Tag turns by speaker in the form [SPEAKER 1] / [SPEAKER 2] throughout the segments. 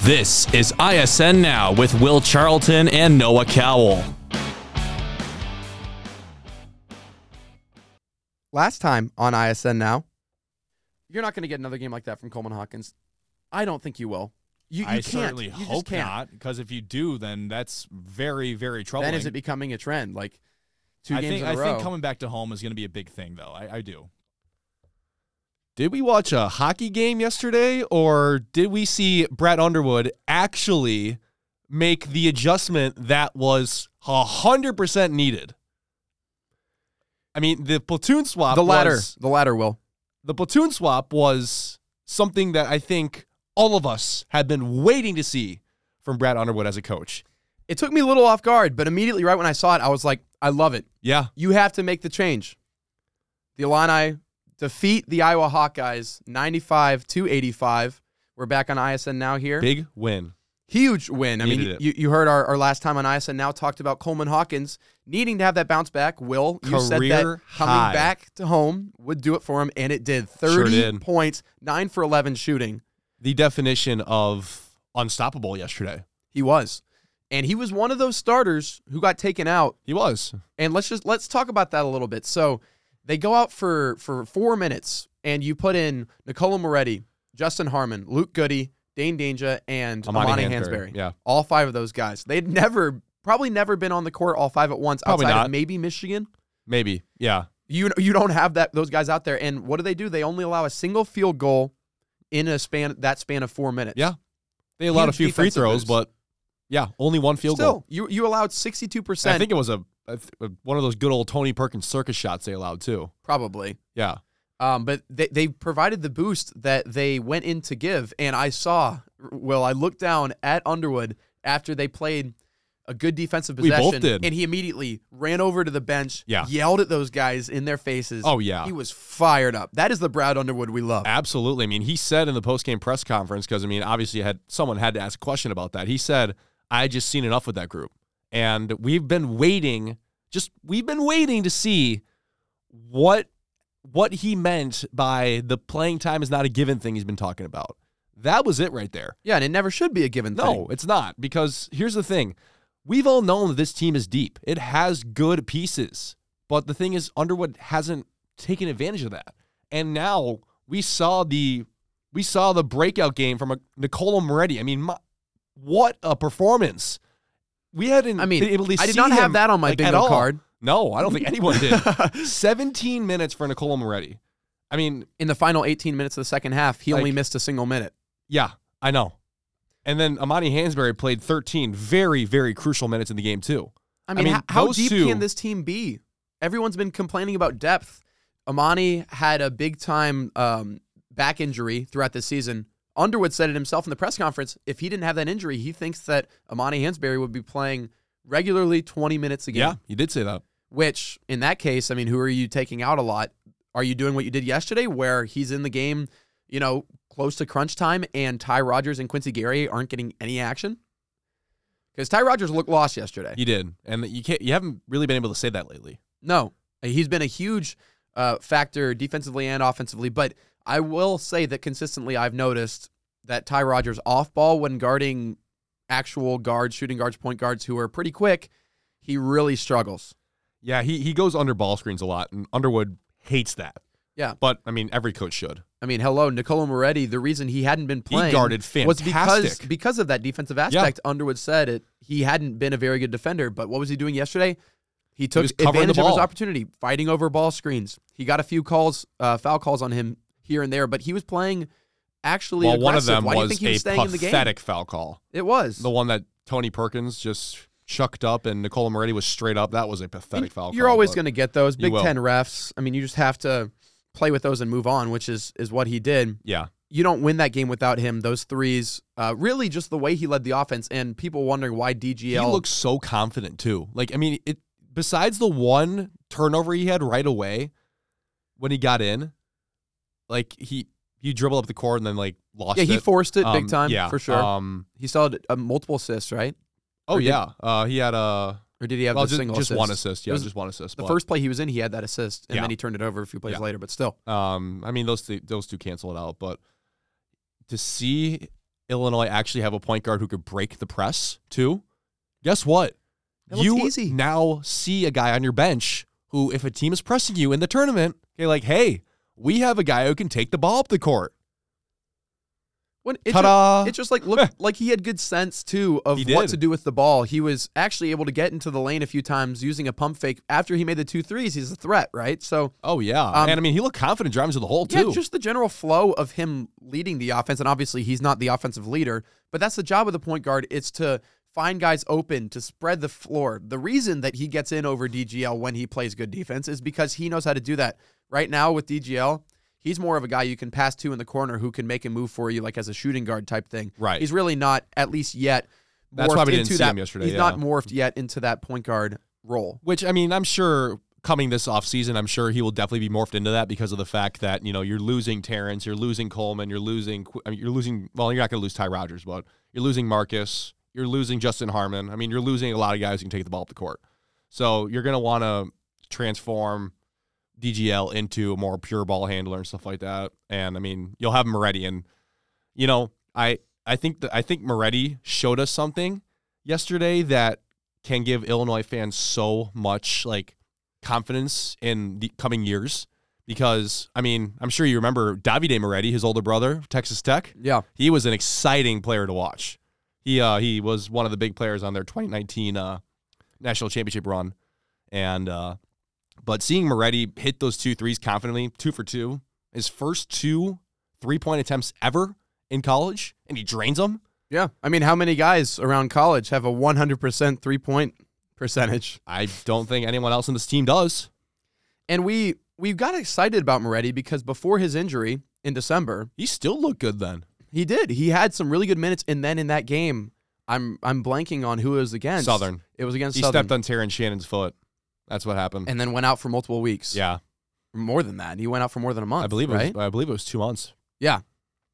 [SPEAKER 1] This is ISN Now with Will Charlton and Noah Cowell.
[SPEAKER 2] Last time on ISN Now, you're not going to get another game like that from Coleman Hawkins. I don't think you will. You, you
[SPEAKER 3] I
[SPEAKER 2] can't.
[SPEAKER 3] certainly
[SPEAKER 2] You just
[SPEAKER 3] hope
[SPEAKER 2] can't.
[SPEAKER 3] not, because if you do, then that's very, very troubling.
[SPEAKER 2] Then is it becoming a trend? Like two
[SPEAKER 3] I
[SPEAKER 2] games
[SPEAKER 3] think
[SPEAKER 2] in a
[SPEAKER 3] I
[SPEAKER 2] row.
[SPEAKER 3] think coming back to home is going to be a big thing, though. I, I do. Did we watch a hockey game yesterday, or did we see Brett Underwood actually make the adjustment that was hundred percent needed? I mean, the platoon swap.
[SPEAKER 2] the latter.
[SPEAKER 3] was-
[SPEAKER 2] the latter will.
[SPEAKER 3] the platoon swap was something that I think all of us had been waiting to see from Brad Underwood as a coach.
[SPEAKER 2] It took me a little off guard, but immediately right when I saw it, I was like, I love it.
[SPEAKER 3] Yeah.
[SPEAKER 2] You have to make the change. The Illini defeat the Iowa Hawkeyes 95 to 85. We're back on ISN now here.
[SPEAKER 3] Big win.
[SPEAKER 2] Huge win. I
[SPEAKER 3] Needed
[SPEAKER 2] mean,
[SPEAKER 3] it.
[SPEAKER 2] you, you heard our, our last time on ISN now talked about Coleman Hawkins needing to have that bounce back. Will, you said that
[SPEAKER 3] Career
[SPEAKER 2] coming
[SPEAKER 3] high.
[SPEAKER 2] back to home would do it for him, and it did. 30
[SPEAKER 3] Sure did.
[SPEAKER 2] points, 9 for 11 shooting.
[SPEAKER 3] The definition of unstoppable yesterday.
[SPEAKER 2] He was. And he was one of those starters who got taken out
[SPEAKER 3] He was.
[SPEAKER 2] and let's just let's talk about that a little bit. So they go out for for four minutes, and you put in Nicola Moretti, Justin Harmon, Luke Goody, Dane Danger, and
[SPEAKER 3] Amani
[SPEAKER 2] Amani,
[SPEAKER 3] Hansberry,
[SPEAKER 2] Hansberry.
[SPEAKER 3] yeah.
[SPEAKER 2] all five of those guys. They'd never probably never been on the court all five at once.
[SPEAKER 3] Probably
[SPEAKER 2] outside
[SPEAKER 3] not.
[SPEAKER 2] Of maybe Michigan.
[SPEAKER 3] Maybe. Yeah.
[SPEAKER 2] You you don't have that those guys out there. And what do they do? They only allow a single field goal in a span that span of four minutes.
[SPEAKER 3] Yeah. They allowed a
[SPEAKER 2] Huge
[SPEAKER 3] few free
[SPEAKER 2] defensive
[SPEAKER 3] throws,
[SPEAKER 2] moves.
[SPEAKER 3] but yeah, only one field
[SPEAKER 2] Still,
[SPEAKER 3] goal.
[SPEAKER 2] you you allowed sixty two percent.
[SPEAKER 3] I think it was a, a th- one of those good old Tony Perkins circus shots they allowed too.
[SPEAKER 2] probably.
[SPEAKER 3] Yeah.
[SPEAKER 2] Um, but they, they provided the boost that they went in to give. And I saw, well, I looked down at Underwood after they played a good defensive
[SPEAKER 3] We both
[SPEAKER 2] possession.
[SPEAKER 3] did.
[SPEAKER 2] And he immediately ran over to the bench,
[SPEAKER 3] Yeah.
[SPEAKER 2] yelled at those guys in their faces.
[SPEAKER 3] Oh, yeah.
[SPEAKER 2] He was fired up. That is the Brad Underwood we love.
[SPEAKER 3] Absolutely. I mean, he said in the post-game press conference because I mean, obviously, had someone had to ask a question about that. He said, "I just seen enough with that group, and we've been waiting. Just we've been waiting to see what what he meant by the playing time is not a given thing he's been talking about. That was it right there.
[SPEAKER 2] Yeah, and it never should be a given thing.
[SPEAKER 3] No, it's not because here's the thing. We've all known that this team is deep. It has good pieces. But the thing is Underwood hasn't taken advantage of that. And now we saw the we saw the breakout game from a Nicola Moretti. I mean, my, what a performance. We hadn't
[SPEAKER 2] I mean,
[SPEAKER 3] been able to
[SPEAKER 2] I did
[SPEAKER 3] see
[SPEAKER 2] not have
[SPEAKER 3] him,
[SPEAKER 2] that on my
[SPEAKER 3] like,
[SPEAKER 2] bingo
[SPEAKER 3] at all.
[SPEAKER 2] card.
[SPEAKER 3] No, I don't think anyone did. 17 minutes for Nicola Moretti. I mean,
[SPEAKER 2] In the final 18 minutes of the second half, he only
[SPEAKER 3] Like-
[SPEAKER 2] missed a single minute.
[SPEAKER 3] yeah, I know. And then Amani Hansberry played 13 very, very crucial minutes in the game, too.
[SPEAKER 2] I mean,
[SPEAKER 3] mean,
[SPEAKER 2] h- how
[SPEAKER 3] those
[SPEAKER 2] deep
[SPEAKER 3] two-
[SPEAKER 2] can this team be? Everyone's been complaining about depth. Amani had a big time um, back injury throughout this season. Underwood said it himself in the press conference. If he didn't have that injury, he thinks that Amani Hansberry would be playing regularly 20 minutes a game.
[SPEAKER 3] Yeah, you did say that.
[SPEAKER 2] Which, in that case, I mean, who are you taking out a lot? Are you doing what you did yesterday, where he's in the game, you know, close to crunch time, and Ty Rogers and Quincy Gary aren't getting any action? Because Ty Rogers looked lost yesterday.
[SPEAKER 3] You did, and you can't. You haven't really been able to say that lately.
[SPEAKER 2] No, he's been a huge uh, factor defensively and offensively. But I will say that consistently, I've noticed that Ty Rogers off ball when guarding actual guards, shooting guards, point guards who are pretty quick, he really struggles.
[SPEAKER 3] Yeah, he he goes under ball screens a lot, and Underwood hates that.
[SPEAKER 2] Yeah.
[SPEAKER 3] but I mean, every coach should.
[SPEAKER 2] I mean, hello, Nicola Moretti. The reason he hadn't been playing
[SPEAKER 3] guarded
[SPEAKER 2] was because
[SPEAKER 3] fantastic.
[SPEAKER 2] because of that defensive aspect. Underwood said it. He hadn't been a very good defender, but what was he doing yesterday? He took
[SPEAKER 3] was covering the
[SPEAKER 2] advantage of his
[SPEAKER 3] ball.
[SPEAKER 2] opportunity, fighting over ball screens. He got a few calls, uh, foul calls on him here and there, but he was playing actually.
[SPEAKER 3] Well, one of
[SPEAKER 2] aggressive.
[SPEAKER 3] them
[SPEAKER 2] Why do you
[SPEAKER 3] was
[SPEAKER 2] think he was
[SPEAKER 3] a
[SPEAKER 2] staying in the game?
[SPEAKER 3] pathetic foul call.
[SPEAKER 2] It was.
[SPEAKER 3] The one that Tony Perkins just chucked up, and Nicola Moretti was straight up. That was a pathetic foul.
[SPEAKER 2] You're
[SPEAKER 3] call,
[SPEAKER 2] always
[SPEAKER 3] but
[SPEAKER 2] going to get those
[SPEAKER 3] You
[SPEAKER 2] Big
[SPEAKER 3] will.
[SPEAKER 2] Ten refs. I mean, you just have to play with those and move on, which is is what he did.
[SPEAKER 3] Yeah,
[SPEAKER 2] you don't win that game without him. Those threes, uh, really, just the way he led the offense, and people wondering why DGL.
[SPEAKER 3] he looks so confident too. Like I mean, it besides the one turnover he had right away when he got in, like he he dribbled up the court and then like lost.
[SPEAKER 2] yeah, he
[SPEAKER 3] it.
[SPEAKER 2] forced it
[SPEAKER 3] Um,
[SPEAKER 2] big time
[SPEAKER 3] yeah,
[SPEAKER 2] for sure.
[SPEAKER 3] Um,
[SPEAKER 2] he saw uh, multiple assists, right?
[SPEAKER 3] Oh
[SPEAKER 2] Or did-
[SPEAKER 3] yeah, uh, he had a
[SPEAKER 2] Or did he have
[SPEAKER 3] well,
[SPEAKER 2] the
[SPEAKER 3] just,
[SPEAKER 2] single
[SPEAKER 3] just
[SPEAKER 2] assist?
[SPEAKER 3] one assist.
[SPEAKER 2] It
[SPEAKER 3] Yeah,
[SPEAKER 2] was
[SPEAKER 3] just one assist.
[SPEAKER 2] The
[SPEAKER 3] but,
[SPEAKER 2] first play he was in, he had that assist, and
[SPEAKER 3] Yeah.
[SPEAKER 2] then he turned it over a few plays
[SPEAKER 3] Yeah.
[SPEAKER 2] later. But still,
[SPEAKER 3] um, I mean those th- those two cancel it out, but to see Illinois actually have a point guard who could break the press too, guess what?
[SPEAKER 2] That looks
[SPEAKER 3] you
[SPEAKER 2] easy.
[SPEAKER 3] now see a guy on your bench who, if a team is pressing you in the tournament, they're like, hey, we have a guy who can take the ball up the court.
[SPEAKER 2] When it
[SPEAKER 3] Ta-da.
[SPEAKER 2] Just, it just like looked like he had good sense too of
[SPEAKER 3] He
[SPEAKER 2] what
[SPEAKER 3] did.
[SPEAKER 2] to do with the ball. He was actually able to get into the lane a few times using a pump fake. After he made the two threes, he's a threat, right? So
[SPEAKER 3] Oh yeah,
[SPEAKER 2] Um,
[SPEAKER 3] and I mean he looked confident driving to the hole
[SPEAKER 2] yeah,
[SPEAKER 3] too.
[SPEAKER 2] just the general flow of him leading the offense, and obviously he's not the offensive leader, but that's the job of the point guard. It's to find guys open to spread the floor. The reason that he gets in over DGL when he plays good defense is because he knows how to do that. Right now with DGL, he's more of a guy you can pass to in the corner who can make a move for you, like as a shooting guard type thing.
[SPEAKER 3] Right.
[SPEAKER 2] He's really not, at least yet.
[SPEAKER 3] That's
[SPEAKER 2] morphed
[SPEAKER 3] why we didn't
[SPEAKER 2] into
[SPEAKER 3] see
[SPEAKER 2] that.
[SPEAKER 3] him yesterday,
[SPEAKER 2] He's
[SPEAKER 3] yeah.
[SPEAKER 2] not morphed yet into that point guard role.
[SPEAKER 3] Which I mean, I'm sure coming this offseason, I'm sure he will definitely be morphed into that because of the fact that you know you're losing Terrence, you're losing Coleman, you're losing, Qu- I mean, you're losing. Well, you're not going to lose Ty Rogers, but you're losing Marcus, you're losing Justin Harmon. I mean, you're losing a lot of guys who can take the ball up the court. So you're going to want to transform DGL into a more pure ball handler and stuff like that. And I mean, you'll have Moretti, and you know, I I think that I think Moretti showed us something yesterday that can give Illinois fans so much like confidence in the coming years because I mean I'm sure you remember Davide Moretti, his older brother, Texas Tech.
[SPEAKER 2] Yeah.
[SPEAKER 3] He was an exciting player to watch. He uh, he was one of the big players on their 2019 uh, national championship run, and uh, but seeing Moretti hit those two threes confidently, two for two, his first two three point attempts ever in college, and he drains them.
[SPEAKER 2] Yeah. I mean, how many guys around college have a 100% three point percentage?
[SPEAKER 3] I don't think anyone else on this team does.
[SPEAKER 2] And we we got excited about Moretti because before his injury in December,
[SPEAKER 3] He still looked good then.
[SPEAKER 2] he did. He had some really good minutes and then in that game, I'm I'm blanking on who it was against.
[SPEAKER 3] Southern.
[SPEAKER 2] It was against
[SPEAKER 3] He
[SPEAKER 2] Southern.
[SPEAKER 3] stepped on Terrence Shannon's foot. That's what happened.
[SPEAKER 2] and then went out for multiple weeks.
[SPEAKER 3] yeah,
[SPEAKER 2] More than that. He went out for more than a month.
[SPEAKER 3] I believe it.
[SPEAKER 2] right?
[SPEAKER 3] Was, I believe it was two months.
[SPEAKER 2] Yeah.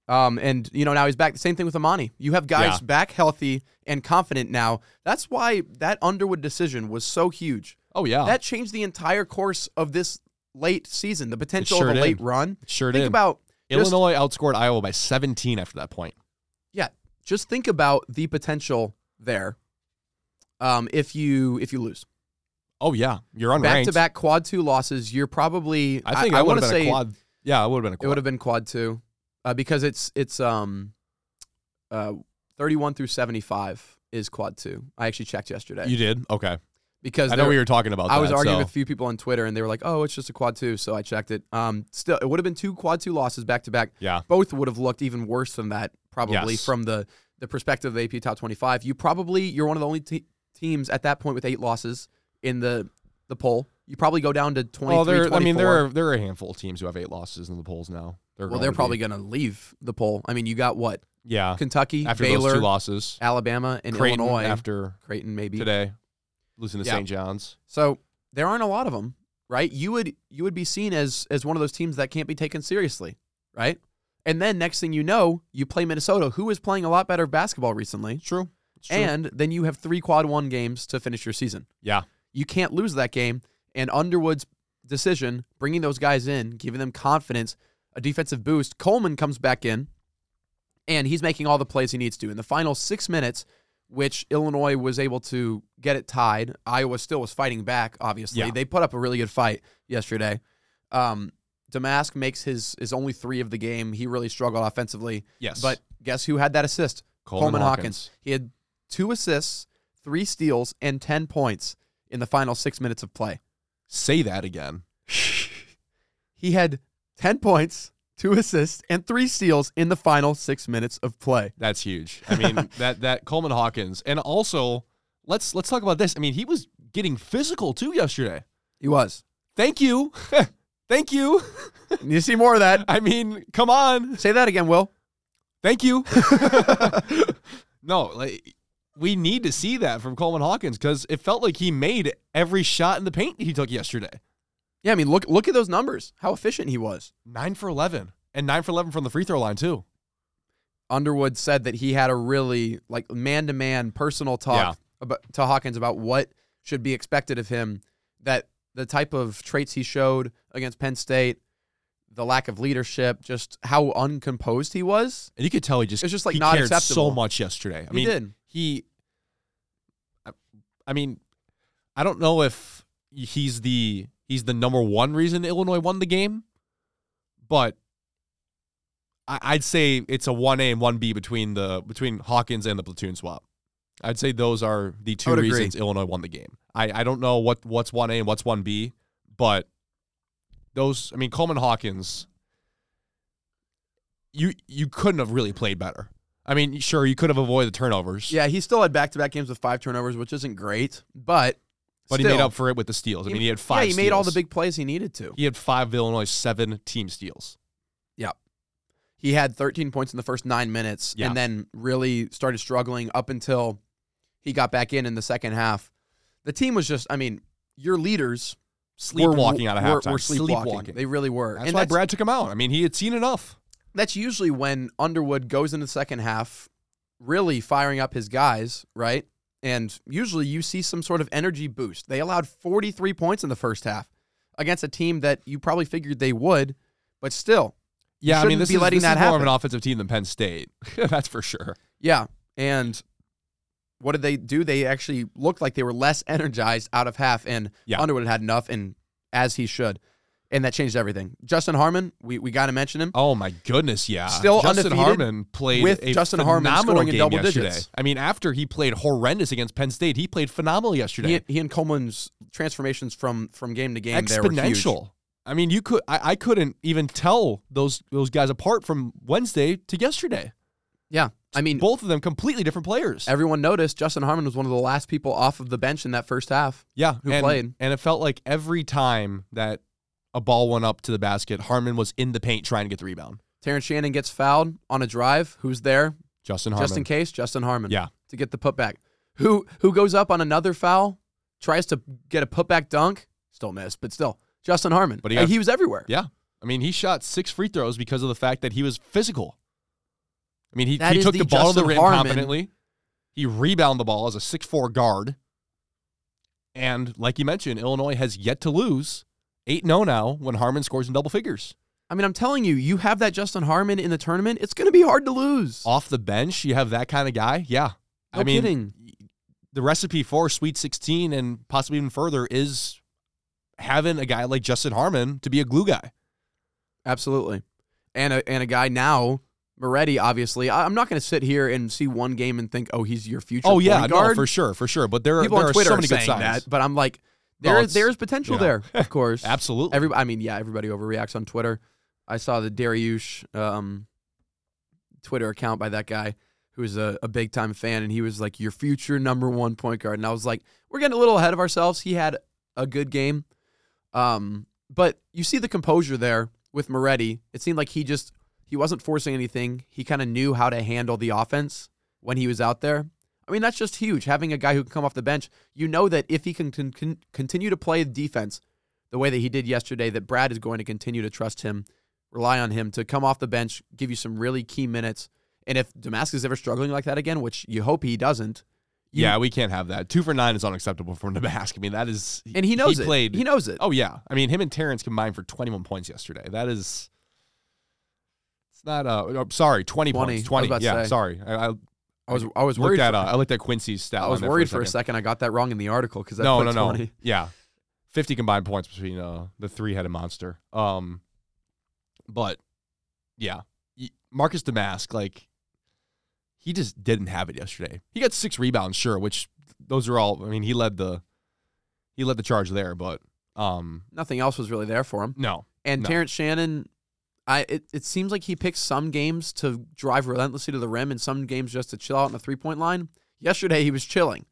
[SPEAKER 2] Um, and you know now he's back. The same thing with Amani. You have guys
[SPEAKER 3] Yeah.
[SPEAKER 2] back healthy and confident now. That's why that Underwood decision was so huge.
[SPEAKER 3] Oh yeah,
[SPEAKER 2] That changed the entangent course of this late season, the potential
[SPEAKER 3] sure
[SPEAKER 2] of a
[SPEAKER 3] did.
[SPEAKER 2] late run.
[SPEAKER 3] sure
[SPEAKER 2] think
[SPEAKER 3] did.
[SPEAKER 2] about just-
[SPEAKER 3] Illinois outscored Iowa by 17 after that point.
[SPEAKER 2] yeah, just think about the potential there. Um, if you if you lose
[SPEAKER 3] Oh yeah, you're unranked.
[SPEAKER 2] back to back quad two losses, you're probably
[SPEAKER 3] I think
[SPEAKER 2] I,
[SPEAKER 3] I, would
[SPEAKER 2] want
[SPEAKER 3] have
[SPEAKER 2] to
[SPEAKER 3] been
[SPEAKER 2] say
[SPEAKER 3] a quad. Yeah, I would have been a
[SPEAKER 2] it would
[SPEAKER 3] quad.
[SPEAKER 2] have been quad two uh, because it's it's um uh 31 through 75 is quad two. I actually checked yesterday
[SPEAKER 3] You did okay.
[SPEAKER 2] because
[SPEAKER 3] I
[SPEAKER 2] there-
[SPEAKER 3] know we were talking about.
[SPEAKER 2] I was
[SPEAKER 3] that,
[SPEAKER 2] arguing
[SPEAKER 3] so-
[SPEAKER 2] with a few people on Twitter and they were like, "Oh, it's just a quad two, so I checked it. Um, still, it would have been two quad two losses back to back.
[SPEAKER 3] Yeah.
[SPEAKER 2] both would have looked even worse than that, probably
[SPEAKER 3] Yes.
[SPEAKER 2] from the the perspective of the AP Top 25. You probably you're one of the only te- teams at that point with eight losses in the the poll. You probably go down to 23,
[SPEAKER 3] Well, there. I mean,
[SPEAKER 2] 24.
[SPEAKER 3] there are there are a handful of teams who have eight losses in the polls now. They're
[SPEAKER 2] well,
[SPEAKER 3] going
[SPEAKER 2] they're
[SPEAKER 3] to be-
[SPEAKER 2] probably going to leave the poll. I mean, you got what
[SPEAKER 3] yeah.
[SPEAKER 2] Kentucky,
[SPEAKER 3] After those
[SPEAKER 2] Baylor,
[SPEAKER 3] two losses,
[SPEAKER 2] Alabama, and
[SPEAKER 3] Creighton
[SPEAKER 2] Illinois.
[SPEAKER 3] after
[SPEAKER 2] Creighton, maybe.
[SPEAKER 3] today, losing to
[SPEAKER 2] Yeah.
[SPEAKER 3] St. John's.
[SPEAKER 2] So there aren't a lot of them, right? You would you would be seen as as one of those teams that can't be taken seriously, right? And then next thing you know, you play Minnesota, who is playing a lot better basketball recently,
[SPEAKER 3] True. It's true.
[SPEAKER 2] and then you have three quad one games to finish your season.
[SPEAKER 3] yeah,
[SPEAKER 2] You can't lose that game. And Underwood's decision, bringing those guys in, giving them confidence, a defensive boost. Coleman comes back in, and he's making all the plays he needs to. In the final six minutes, which Illinois was able to get it tied, Iowa still was fighting back. Obviously,
[SPEAKER 3] Yeah.
[SPEAKER 2] they put up a really good fight yesterday. Um, Damask makes his his only three of the game. He really struggled offensively.
[SPEAKER 3] yes.
[SPEAKER 2] But guess who had that assist?
[SPEAKER 3] Coleman
[SPEAKER 2] Coleman, Hawkins.
[SPEAKER 3] Hawkins.
[SPEAKER 2] He had two assists, three steals, and 10 points in the final six minutes of play.
[SPEAKER 3] say that again.
[SPEAKER 2] He had 10 points, two assists, and three steals in the final six minutes of play.
[SPEAKER 3] That's huge. I mean, that that Coleman Hawkins, and also let's let's talk about this. I mean, he was getting physical too yesterday.
[SPEAKER 2] He was.
[SPEAKER 3] Thank you, thank you.
[SPEAKER 2] You see more of that.
[SPEAKER 3] I mean, come on,
[SPEAKER 2] Say that again, Will.
[SPEAKER 3] thank you. no, like we need to see that from Coleman Hawkins because it felt like he made every shot in the paint he took yesterday.
[SPEAKER 2] Yeah, I mean, look look at those numbers. How efficient he was.
[SPEAKER 3] Nine for eleven, and nine for eleven from the free throw line too.
[SPEAKER 2] Underwood said that he had a really like man to man personal talk about, to Hawkins about what should be expected of him, that the type of traits he showed against Penn State, the lack of leadership, just how uncomposed he was.
[SPEAKER 3] And you could tell he just
[SPEAKER 2] It's just, like,
[SPEAKER 3] he
[SPEAKER 2] not
[SPEAKER 3] cared
[SPEAKER 2] acceptable.
[SPEAKER 3] so much yesterday. I
[SPEAKER 2] He
[SPEAKER 3] mean,
[SPEAKER 2] did.
[SPEAKER 3] he. I, I mean, I don't know if he's the he's the number one reason Illinois won the game, but I, I'd say it's a one A and one B between the between Hawkins and the platoon swap. I'd say those are the two
[SPEAKER 2] would agree.
[SPEAKER 3] reasons Illinois won the game. I, I don't know what what's one A and what's one B, but those I mean Coleman Hawkins you you couldn't have really played better. I mean, sure, you could have avoided the turnovers.
[SPEAKER 2] Yeah, he still had back to back games with five turnovers, which isn't great, but
[SPEAKER 3] But he
[SPEAKER 2] still,
[SPEAKER 3] made up for it with the steals. I mean, he had five
[SPEAKER 2] Yeah, he made all the
[SPEAKER 3] steals.
[SPEAKER 2] big plays he needed to.
[SPEAKER 3] He had five of Illinois seven team steals.
[SPEAKER 2] He had 13 points in the first nine minutes,
[SPEAKER 3] Yeah.
[SPEAKER 2] and then really started struggling up until he got back in in the second half. The team was just, I mean, your leaders
[SPEAKER 3] Sleepwalking walking out of
[SPEAKER 2] were-
[SPEAKER 3] halftime.
[SPEAKER 2] Were sleepwalking.
[SPEAKER 3] Sleepwalking.
[SPEAKER 2] They really were.
[SPEAKER 3] That's
[SPEAKER 2] and
[SPEAKER 3] why
[SPEAKER 2] that's,
[SPEAKER 3] Brad took him out. I mean, he had seen enough.
[SPEAKER 2] that's usually when Underwood goes into the second half, really firing up his guys, right? And usually you see some sort of energy boost. They allowed 43 points in the first half against a team that you probably figured they would, but still,
[SPEAKER 3] Yeah, I mean,
[SPEAKER 2] shouldn't
[SPEAKER 3] this
[SPEAKER 2] be
[SPEAKER 3] is,
[SPEAKER 2] letting
[SPEAKER 3] this is
[SPEAKER 2] that
[SPEAKER 3] more of
[SPEAKER 2] happen.
[SPEAKER 3] an offensive team than Penn State. That's for sure.
[SPEAKER 2] yeah. And what did they do? They actually looked like they were less energized out of half, and
[SPEAKER 3] Yeah.
[SPEAKER 2] Underwood had enough, and as he should. And that changed everything. Justin Harmon, we, we got to mention him.
[SPEAKER 3] Oh my goodness, yeah.
[SPEAKER 2] Still
[SPEAKER 3] Justin
[SPEAKER 2] undefeated
[SPEAKER 3] Harmon played
[SPEAKER 2] with
[SPEAKER 3] a
[SPEAKER 2] Justin Harmon
[SPEAKER 3] phenomenal
[SPEAKER 2] scoring in
[SPEAKER 3] game
[SPEAKER 2] double
[SPEAKER 3] yesterday.
[SPEAKER 2] digits.
[SPEAKER 3] I mean, after he played horrendous against Penn State, he played phenomenal yesterday.
[SPEAKER 2] He, he and Coleman's transformations from from game to game there were huge.
[SPEAKER 3] exponential. I mean, you could I, I couldn't even tell those those guys apart from Wednesday to yesterday.
[SPEAKER 2] Yeah. I mean,
[SPEAKER 3] Both of them completely different players.
[SPEAKER 2] everyone noticed Justin Harmon was one of the last people off of the bench in that first half.
[SPEAKER 3] yeah,
[SPEAKER 2] who
[SPEAKER 3] and,
[SPEAKER 2] played.
[SPEAKER 3] And it felt like every time that a ball went up to the basket, Harmon was in the paint trying to get the rebound.
[SPEAKER 2] Terrence Shannon gets fouled on a drive. Who's there?
[SPEAKER 3] Justin Harmon.
[SPEAKER 2] Just in case, Justin Harmon.
[SPEAKER 3] Yeah.
[SPEAKER 2] To get the putback. Who who goes up on another foul, tries to get a putback dunk, still missed, but still. Justin Harmon.
[SPEAKER 3] But he
[SPEAKER 2] And
[SPEAKER 3] got-
[SPEAKER 2] was everywhere.
[SPEAKER 3] Yeah. I mean, he shot six free throws because of the fact that he was physical. I mean, he,
[SPEAKER 2] That
[SPEAKER 3] he
[SPEAKER 2] is
[SPEAKER 3] took
[SPEAKER 2] the
[SPEAKER 3] the, ball to the
[SPEAKER 2] Justin
[SPEAKER 3] rim
[SPEAKER 2] Harmon.
[SPEAKER 3] confidently. He rebounded the ball as a 6'4 guard. And like you mentioned, Illinois has yet to lose 8 0 now when Harmon scores in double figures.
[SPEAKER 2] I mean, I'm telling you, you have that Justin Harmon in the tournament, it's gonna be hard to lose.
[SPEAKER 3] Off the bench, you have that kind of guy. Yeah.
[SPEAKER 2] No
[SPEAKER 3] I mean,
[SPEAKER 2] kidding.
[SPEAKER 3] the recipe for Sweet 16 and possibly even further is having a guy like Justin Harmon to be a glue guy.
[SPEAKER 2] Absolutely. And a, and a guy now, Moretti, obviously. I, I'm not going to sit here and see one game and think, oh, he's your future.
[SPEAKER 3] Oh, yeah.
[SPEAKER 2] point guard.
[SPEAKER 3] No, for sure. For sure. But there are,
[SPEAKER 2] People
[SPEAKER 3] there
[SPEAKER 2] on
[SPEAKER 3] are
[SPEAKER 2] Twitter
[SPEAKER 3] so
[SPEAKER 2] are
[SPEAKER 3] many good
[SPEAKER 2] saying
[SPEAKER 3] signs.
[SPEAKER 2] that, but I'm like,
[SPEAKER 3] No,
[SPEAKER 2] there
[SPEAKER 3] it's-
[SPEAKER 2] is there is potential
[SPEAKER 3] you know.
[SPEAKER 2] there, of course.
[SPEAKER 3] Absolutely.
[SPEAKER 2] Every, I mean, yeah, everybody overreacts on Twitter. I saw the Dariush um, Twitter account by that guy who is a, a big time fan, and he was like, "Your future number one point guard," and I was like, "We're getting a little ahead of ourselves." He had a good game, um, but you see the composure there with Moretti. It seemed like he just he wasn't forcing anything. He kind of knew how to handle the offense when he was out there. I mean, that's just huge. Having a guy who can come off the bench, you know that if he can con- con- continue to play defense the way that he did yesterday, that Brad is going to continue to trust him, rely on him to come off the bench, give you some really key minutes. And if Damascus is ever struggling like that again, which you hope he doesn't, you-
[SPEAKER 3] yeah, we can't have that. Two for nine is unacceptable from Nebraska. I mean, that is,
[SPEAKER 2] and he knows
[SPEAKER 3] he
[SPEAKER 2] it.
[SPEAKER 3] Played,
[SPEAKER 2] He knows it.
[SPEAKER 3] Oh yeah, I mean, him and Terrence combined for 21 points yesterday. That is, it's not. Uh, oh, sorry, 20,
[SPEAKER 2] 20. I was
[SPEAKER 3] points. 20.
[SPEAKER 2] about to
[SPEAKER 3] yeah,
[SPEAKER 2] say.
[SPEAKER 3] sorry. I, I
[SPEAKER 2] I was I was
[SPEAKER 3] looked
[SPEAKER 2] worried.
[SPEAKER 3] at.
[SPEAKER 2] for-
[SPEAKER 3] uh, I looked at Quincy's stat.
[SPEAKER 2] I
[SPEAKER 3] line
[SPEAKER 2] was
[SPEAKER 3] there
[SPEAKER 2] worried for a second. I got that wrong in the article because
[SPEAKER 3] No,
[SPEAKER 2] put
[SPEAKER 3] no, no.
[SPEAKER 2] 20.
[SPEAKER 3] Yeah, 50 combined points between uh, the three-headed monster. Um, but yeah, Y- Marcus Damask, like he just didn't have it yesterday. He got six rebounds, sure, which those are all. I mean, he led the he led the charge there, but um,
[SPEAKER 2] Nothing else was really there for him.
[SPEAKER 3] no,
[SPEAKER 2] And
[SPEAKER 3] No.
[SPEAKER 2] Terrence Shannon, I it, it seems like he picks some games to drive relentlessly to the rim and some games just to chill out on the three point line. Yesterday he was chilling.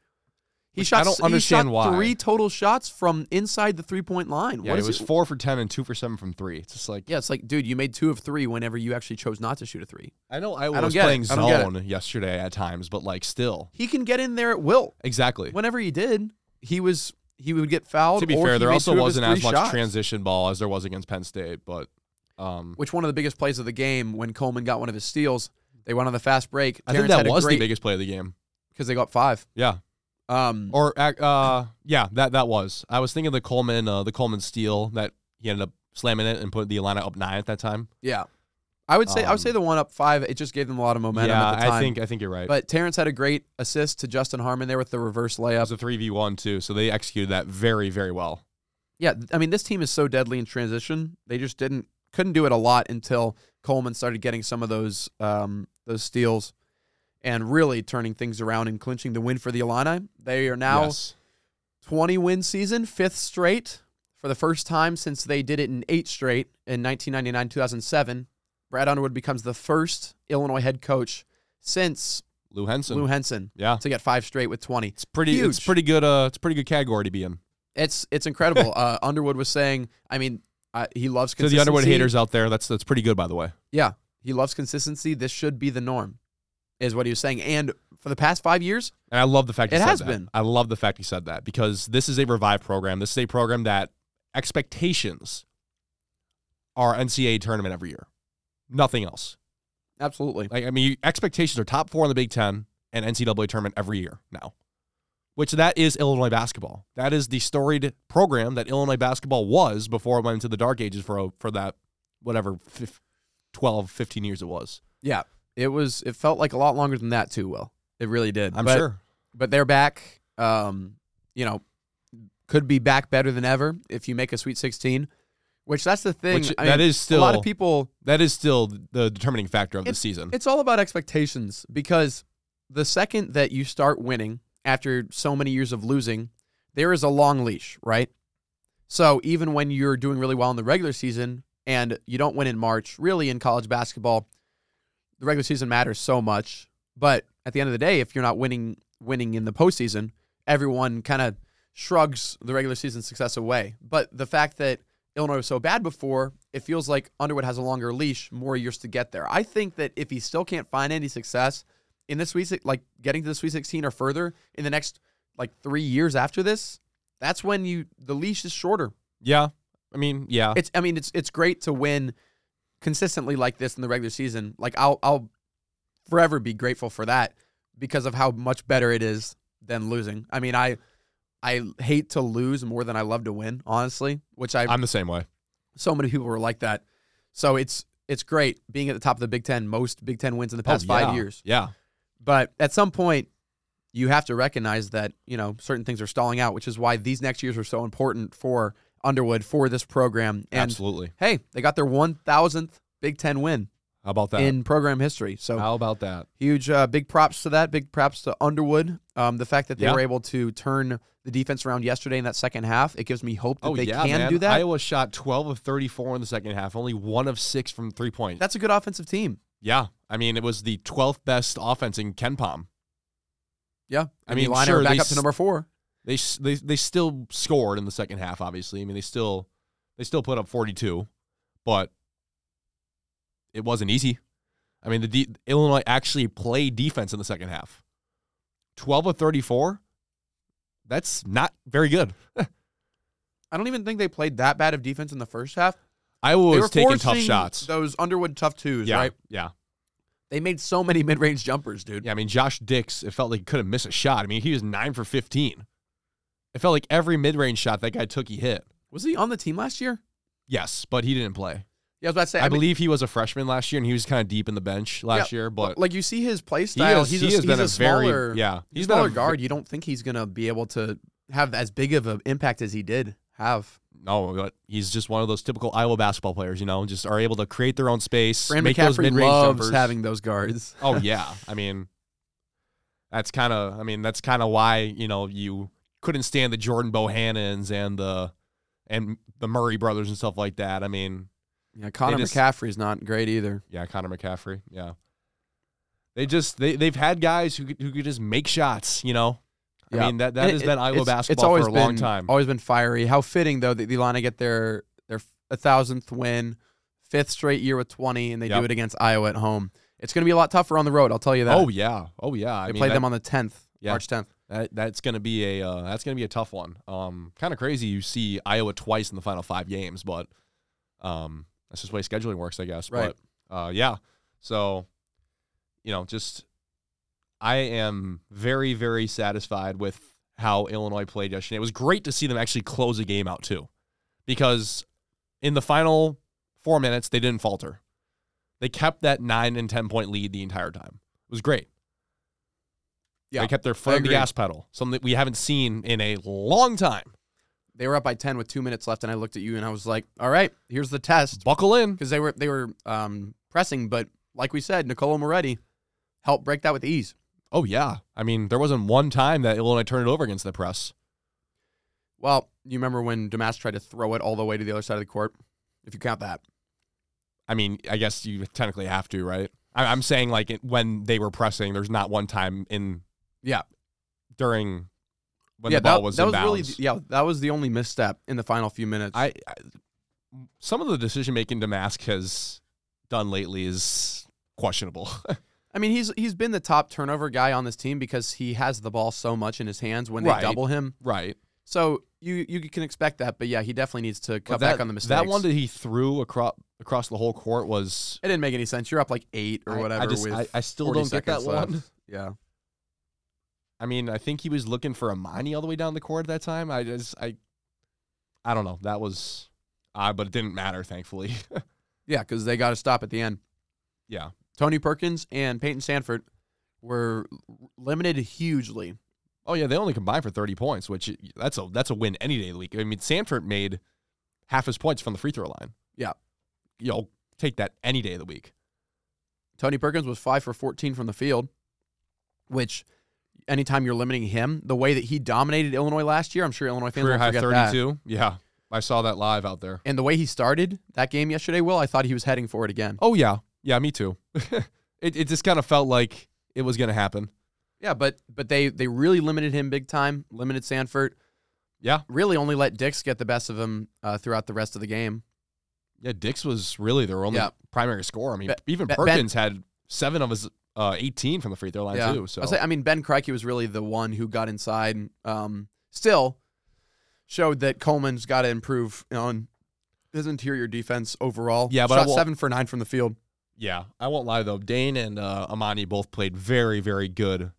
[SPEAKER 2] He
[SPEAKER 3] Which
[SPEAKER 2] shot.
[SPEAKER 3] I don't
[SPEAKER 2] s- he
[SPEAKER 3] understand
[SPEAKER 2] shot
[SPEAKER 3] why.
[SPEAKER 2] Three total shots from inside the three point line.
[SPEAKER 3] Yeah,
[SPEAKER 2] what
[SPEAKER 3] it
[SPEAKER 2] is
[SPEAKER 3] was four for ten and two for seven from three. It's just like
[SPEAKER 2] Yeah, it's like, dude, you made two of three whenever you actually chose not to shoot a three.
[SPEAKER 3] I know I
[SPEAKER 2] don't
[SPEAKER 3] was
[SPEAKER 2] get it.
[SPEAKER 3] playing
[SPEAKER 2] I don't get it.
[SPEAKER 3] zone yesterday at times, but like still,
[SPEAKER 2] He can get in there at will.
[SPEAKER 3] exactly.
[SPEAKER 2] Whenever he did, he was he would get fouled.
[SPEAKER 3] to be
[SPEAKER 2] or
[SPEAKER 3] fair,
[SPEAKER 2] he
[SPEAKER 3] there
[SPEAKER 2] made
[SPEAKER 3] also
[SPEAKER 2] two of his
[SPEAKER 3] wasn't as
[SPEAKER 2] three
[SPEAKER 3] much
[SPEAKER 2] shots.
[SPEAKER 3] transition ball as there was against Penn State, but um,
[SPEAKER 2] Which one of the biggest plays of the game when Coleman got one of his steals? They went on the fast break.
[SPEAKER 3] I think that was the biggest play of the game.
[SPEAKER 2] because they got five.
[SPEAKER 3] Yeah,
[SPEAKER 2] Um,
[SPEAKER 3] uh, or uh, yeah, that that was. I was thinking the Coleman, uh, the Coleman steal that he ended up slamming it and put the Atlanta up nine at that time.
[SPEAKER 2] Yeah. I would say I
[SPEAKER 3] Um,
[SPEAKER 2] would say the one up five. It just gave them a lot of momentum
[SPEAKER 3] yeah,
[SPEAKER 2] at the time.
[SPEAKER 3] I think I think you're right.
[SPEAKER 2] But Terrence had a great assist to Justin Harmon there with the reverse
[SPEAKER 3] it was
[SPEAKER 2] layup.
[SPEAKER 3] a three v one too, so they executed that very very well.
[SPEAKER 2] Yeah, th- I mean this team is so deadly in transition. They just didn't couldn't do it a lot until Coleman started getting some of those um, those steals and really turning things around and clinching the win for the Illini. They are now
[SPEAKER 3] Yes.
[SPEAKER 2] 20 win season, fifth straight for the first time since they did it in eight straight in 1999 2007. Brad Underwood becomes the first Illinois head coach since
[SPEAKER 3] Lou Henson.
[SPEAKER 2] Lou Henson
[SPEAKER 3] yeah,
[SPEAKER 2] to get five straight with 20.
[SPEAKER 3] it's pretty. It's
[SPEAKER 2] huge.
[SPEAKER 3] pretty good. Uh, it's a pretty good category to be in.
[SPEAKER 2] It's it's incredible. uh, Underwood was saying, I mean, uh, he loves
[SPEAKER 3] To
[SPEAKER 2] consistency.
[SPEAKER 3] the Underwood haters out there, that's that's pretty good by the way.
[SPEAKER 2] Yeah, he loves consistency. This should be the norm, is what he was saying. And for the past five years,
[SPEAKER 3] And I love the fact he
[SPEAKER 2] It
[SPEAKER 3] said
[SPEAKER 2] has
[SPEAKER 3] that.
[SPEAKER 2] been.
[SPEAKER 3] I love the fact he said that because this is a revived program. This is a program that expectations are NCAA tournament every year. Nothing else.
[SPEAKER 2] absolutely.
[SPEAKER 3] Like I mean, expectations are top four in the Big Ten and NCAA tournament every year now. Which that is Illinois basketball. That is the storied program that Illinois basketball was before it went into the dark ages for a- for that whatever fif- 12, 15 years it was.
[SPEAKER 2] Yeah, it was. It felt like a lot longer than that too. Will it really did?
[SPEAKER 3] I'm
[SPEAKER 2] But-
[SPEAKER 3] sure.
[SPEAKER 2] but they're back. Um, you know, could be back better than ever if you make a Sweet 16, which that's the thing.
[SPEAKER 3] Which-
[SPEAKER 2] I
[SPEAKER 3] that
[SPEAKER 2] mean,
[SPEAKER 3] is still
[SPEAKER 2] a lot of people.
[SPEAKER 3] that is still the determining factor of the season.
[SPEAKER 2] It's all about expectations because the second that you start winning after so many years of losing, there is a long leash, right? So even when you're doing really well in the regular season and you don't win in March, really in college basketball, the regular season matters so much. But at the end of the day, if you're not winning winning in the postseason, everyone kind of shrugs the regular season success away. But the fact that Illinois was so bad before, it feels like Underwood has a longer leash, more years to get there. I think that if he still can't find any success in the Sweet, Six- like getting to the Sweet 16 or further in the next like three years after this, that's when you the leash is shorter.
[SPEAKER 3] Yeah. I mean, yeah.
[SPEAKER 2] It's I mean it's it's great to win consistently like this in the regular season. Like I'll I'll forever be grateful for that because of how much better it is than losing. I mean I I hate to lose more than I love to win, honestly, which I
[SPEAKER 3] I'm the same way.
[SPEAKER 2] so many people were like that. So it's it's great being at the top of the Big 10, most Big 10 wins in the past 5 years.
[SPEAKER 3] Oh, Yeah.
[SPEAKER 2] But at some point, you have to recognize that you know certain things are stalling out, which is why these next years are so important for Underwood for this program. And
[SPEAKER 3] absolutely.
[SPEAKER 2] hey, they got their one thousandth Big Ten win
[SPEAKER 3] How about that?
[SPEAKER 2] in program history. So
[SPEAKER 3] How about that?
[SPEAKER 2] huge, uh, big props to that. Big props to Underwood. Um, the fact that they
[SPEAKER 3] Yeah.
[SPEAKER 2] were able to turn the defense around yesterday in that second half, it gives me hope that
[SPEAKER 3] Oh
[SPEAKER 2] they
[SPEAKER 3] yeah,
[SPEAKER 2] can
[SPEAKER 3] man.
[SPEAKER 2] do that.
[SPEAKER 3] Iowa shot 12 of 34 in the second half, only one of six from three point.
[SPEAKER 2] That's a good offensive team.
[SPEAKER 3] Yeah, I mean it was the 12th best offense in Ken Palm.
[SPEAKER 2] Yeah,
[SPEAKER 3] I mean,
[SPEAKER 2] the line
[SPEAKER 3] sure,
[SPEAKER 2] back
[SPEAKER 3] they
[SPEAKER 2] up to
[SPEAKER 3] s-
[SPEAKER 2] number four.
[SPEAKER 3] They s- they they still scored in the second half. Obviously, I mean they still they still put up 42, but it wasn't easy. I mean the de- Illinois actually played defense in the second half. 12 of 34. That's not very good.
[SPEAKER 2] I don't even think they played that bad of defense in the first half.
[SPEAKER 3] Iowa
[SPEAKER 2] they were
[SPEAKER 3] was taking tough
[SPEAKER 2] forcing
[SPEAKER 3] shots.
[SPEAKER 2] Those Underwood tough twos,
[SPEAKER 3] yeah,
[SPEAKER 2] right?
[SPEAKER 3] yeah.
[SPEAKER 2] They made so many mid-range jumpers, dude.
[SPEAKER 3] Yeah, I mean, Josh Dix, it felt like he couldn't miss a shot. I mean, he was nine for 15. It felt like every mid range shot that guy took, he hit.
[SPEAKER 2] Was he on the team last year?
[SPEAKER 3] Yes, but he didn't play.
[SPEAKER 2] Yeah, I was about to say.
[SPEAKER 3] I,
[SPEAKER 2] I, mean,
[SPEAKER 3] believe he was a freshman last year and he was kind of deep in the bench last year, but
[SPEAKER 2] like you see his play
[SPEAKER 3] he,
[SPEAKER 2] style.
[SPEAKER 3] is-
[SPEAKER 2] he's
[SPEAKER 3] he
[SPEAKER 2] a,
[SPEAKER 3] has
[SPEAKER 2] he's
[SPEAKER 3] been
[SPEAKER 2] a,
[SPEAKER 3] a, very,
[SPEAKER 2] smaller,
[SPEAKER 3] yeah,
[SPEAKER 2] he's
[SPEAKER 3] he's been a
[SPEAKER 2] smaller
[SPEAKER 3] ve-
[SPEAKER 2] guard. You don't think he's gonna be able to have as big of an impact as he did have.
[SPEAKER 3] No, but he's just one of those typical Iowa basketball players, you know, just are able to create their own space,
[SPEAKER 2] Brand
[SPEAKER 3] make those
[SPEAKER 2] McCaffrey
[SPEAKER 3] mid range
[SPEAKER 2] loves
[SPEAKER 3] jumpers.
[SPEAKER 2] having those guards.
[SPEAKER 3] oh yeah, I mean, that's kind of, I mean, that's kind of why you know you couldn't stand the Jordan Bohannons and the and the Murray brothers and stuff like that. I mean,
[SPEAKER 2] Yeah, Connor
[SPEAKER 3] just-
[SPEAKER 2] McCaffrey's not great either.
[SPEAKER 3] Yeah, Connor McCaffrey. Yeah, they just they they've had guys who could- who could just make shots. You know,
[SPEAKER 2] Yeah.
[SPEAKER 3] I mean that
[SPEAKER 2] And
[SPEAKER 3] that has
[SPEAKER 2] it-
[SPEAKER 3] been Iowa
[SPEAKER 2] it's-
[SPEAKER 3] basketball
[SPEAKER 2] it's always
[SPEAKER 3] for a
[SPEAKER 2] been,
[SPEAKER 3] long time.
[SPEAKER 2] Always been fiery. How fitting though that the Illini get their their a thousandth win, fifth straight year with twenty, and they
[SPEAKER 3] Yep.
[SPEAKER 2] do it against Iowa at home. It's going to be a lot tougher on the road. I'll tell you that.
[SPEAKER 3] Oh yeah, oh yeah. I
[SPEAKER 2] they
[SPEAKER 3] mean,
[SPEAKER 2] play
[SPEAKER 3] that,
[SPEAKER 2] them on the tenth,
[SPEAKER 3] Yeah.
[SPEAKER 2] March tenth.
[SPEAKER 3] that- that's gonna be a uh, that's gonna be a tough one. Um, kind of crazy. You see Iowa twice in the final five games, but um, that's just the way scheduling works, I guess.
[SPEAKER 2] Right.
[SPEAKER 3] But uh, yeah. So, you know, just I am very very satisfied with how Illinois played yesterday. It was great to see them actually close a game out too, because in the final four minutes, they didn't falter. They kept that nine and 10 point lead the entire time. It was great.
[SPEAKER 2] Yeah,
[SPEAKER 3] They kept their foot on the
[SPEAKER 2] agree.
[SPEAKER 3] gas pedal, something that we haven't seen in a long time.
[SPEAKER 2] They were up by ten with two minutes left, and I looked at you and I was like, "All right, here's the test,"
[SPEAKER 3] Buckle in.
[SPEAKER 2] because they were they were um, pressing, but like we said, Nicolo Moretti helped break that with ease.
[SPEAKER 3] Oh, yeah. I mean, there wasn't one time that Illinois turned it over against the press.
[SPEAKER 2] Well, you remember when Damas tried to throw it all the way to the other side of the court, if you count that.
[SPEAKER 3] I mean, I guess you technically have to, right? I- I'm saying like it, when they were pressing, there's not one time in
[SPEAKER 2] Yeah.
[SPEAKER 3] during when
[SPEAKER 2] yeah,
[SPEAKER 3] the ball
[SPEAKER 2] that,
[SPEAKER 3] was
[SPEAKER 2] that
[SPEAKER 3] in
[SPEAKER 2] was really
[SPEAKER 3] bounds.
[SPEAKER 2] yeah, that was the only misstep in the final few minutes.
[SPEAKER 3] I, I some of the decision making Damask has done lately is questionable.
[SPEAKER 2] I mean, he's he's been the top turnover guy on this team because he has the ball so much in his hands when they
[SPEAKER 3] Right.
[SPEAKER 2] double him.
[SPEAKER 3] right.
[SPEAKER 2] So you you can expect that, but yeah, he definitely needs to cut
[SPEAKER 3] But that,
[SPEAKER 2] back on the mistakes.
[SPEAKER 3] That one that he threw across across the whole court was
[SPEAKER 2] it didn't make any sense. You're up like eight or
[SPEAKER 3] I-
[SPEAKER 2] whatever.
[SPEAKER 3] I, just
[SPEAKER 2] with
[SPEAKER 3] I, I still
[SPEAKER 2] 40
[SPEAKER 3] don't get that
[SPEAKER 2] seconds left.
[SPEAKER 3] one.
[SPEAKER 2] Yeah,
[SPEAKER 3] I mean, I think he was looking for Amani all the way down the court at that time. I just I I don't know. That was odd, but it didn't matter, thankfully.
[SPEAKER 2] yeah, because they got to stop at the end.
[SPEAKER 3] yeah.
[SPEAKER 2] Tony Perkins and Peyton Sanford were limited hugely.
[SPEAKER 3] Oh yeah, they only combined for thirty points, which that's a that's a win any day of the week. I mean, Sanford made half his points from the free throw line.
[SPEAKER 2] Yeah.
[SPEAKER 3] you know, take that any day of the week.
[SPEAKER 2] Tony Perkins was five for 14 from the field, which anytime you're limiting him, the way that he dominated Illinois last year, I'm sure Illinois fans
[SPEAKER 3] Career
[SPEAKER 2] will
[SPEAKER 3] high
[SPEAKER 2] forget that.
[SPEAKER 3] thirty-two. Yeah, I saw that live out there.
[SPEAKER 2] And the way he started that game yesterday, Will, I thought he was heading for it again.
[SPEAKER 3] Oh yeah, yeah, me too. it it just kind of felt like it was gonna happen.
[SPEAKER 2] Yeah, but but they they really limited him big time. Limited Sanford.
[SPEAKER 3] Yeah.
[SPEAKER 2] Really only let Dix get the best of him uh, throughout the rest of the game.
[SPEAKER 3] Yeah, Dix was really their only
[SPEAKER 2] Yeah.
[SPEAKER 3] primary scorer. I mean,
[SPEAKER 2] Be-
[SPEAKER 3] even
[SPEAKER 2] Be- Ben-
[SPEAKER 3] Perkins had seven of his uh, eighteen from the free throw line
[SPEAKER 2] yeah.
[SPEAKER 3] too. So
[SPEAKER 2] I, say, I mean, Ben Kreike was really the one who got inside. and, Um, still showed that Coleman's got to improve on his interior defense overall.
[SPEAKER 3] Yeah, but I
[SPEAKER 2] shot
[SPEAKER 3] will-
[SPEAKER 2] seven for nine from the field.
[SPEAKER 3] Yeah, I won't lie though. Dane and uh, Amani both played very, very good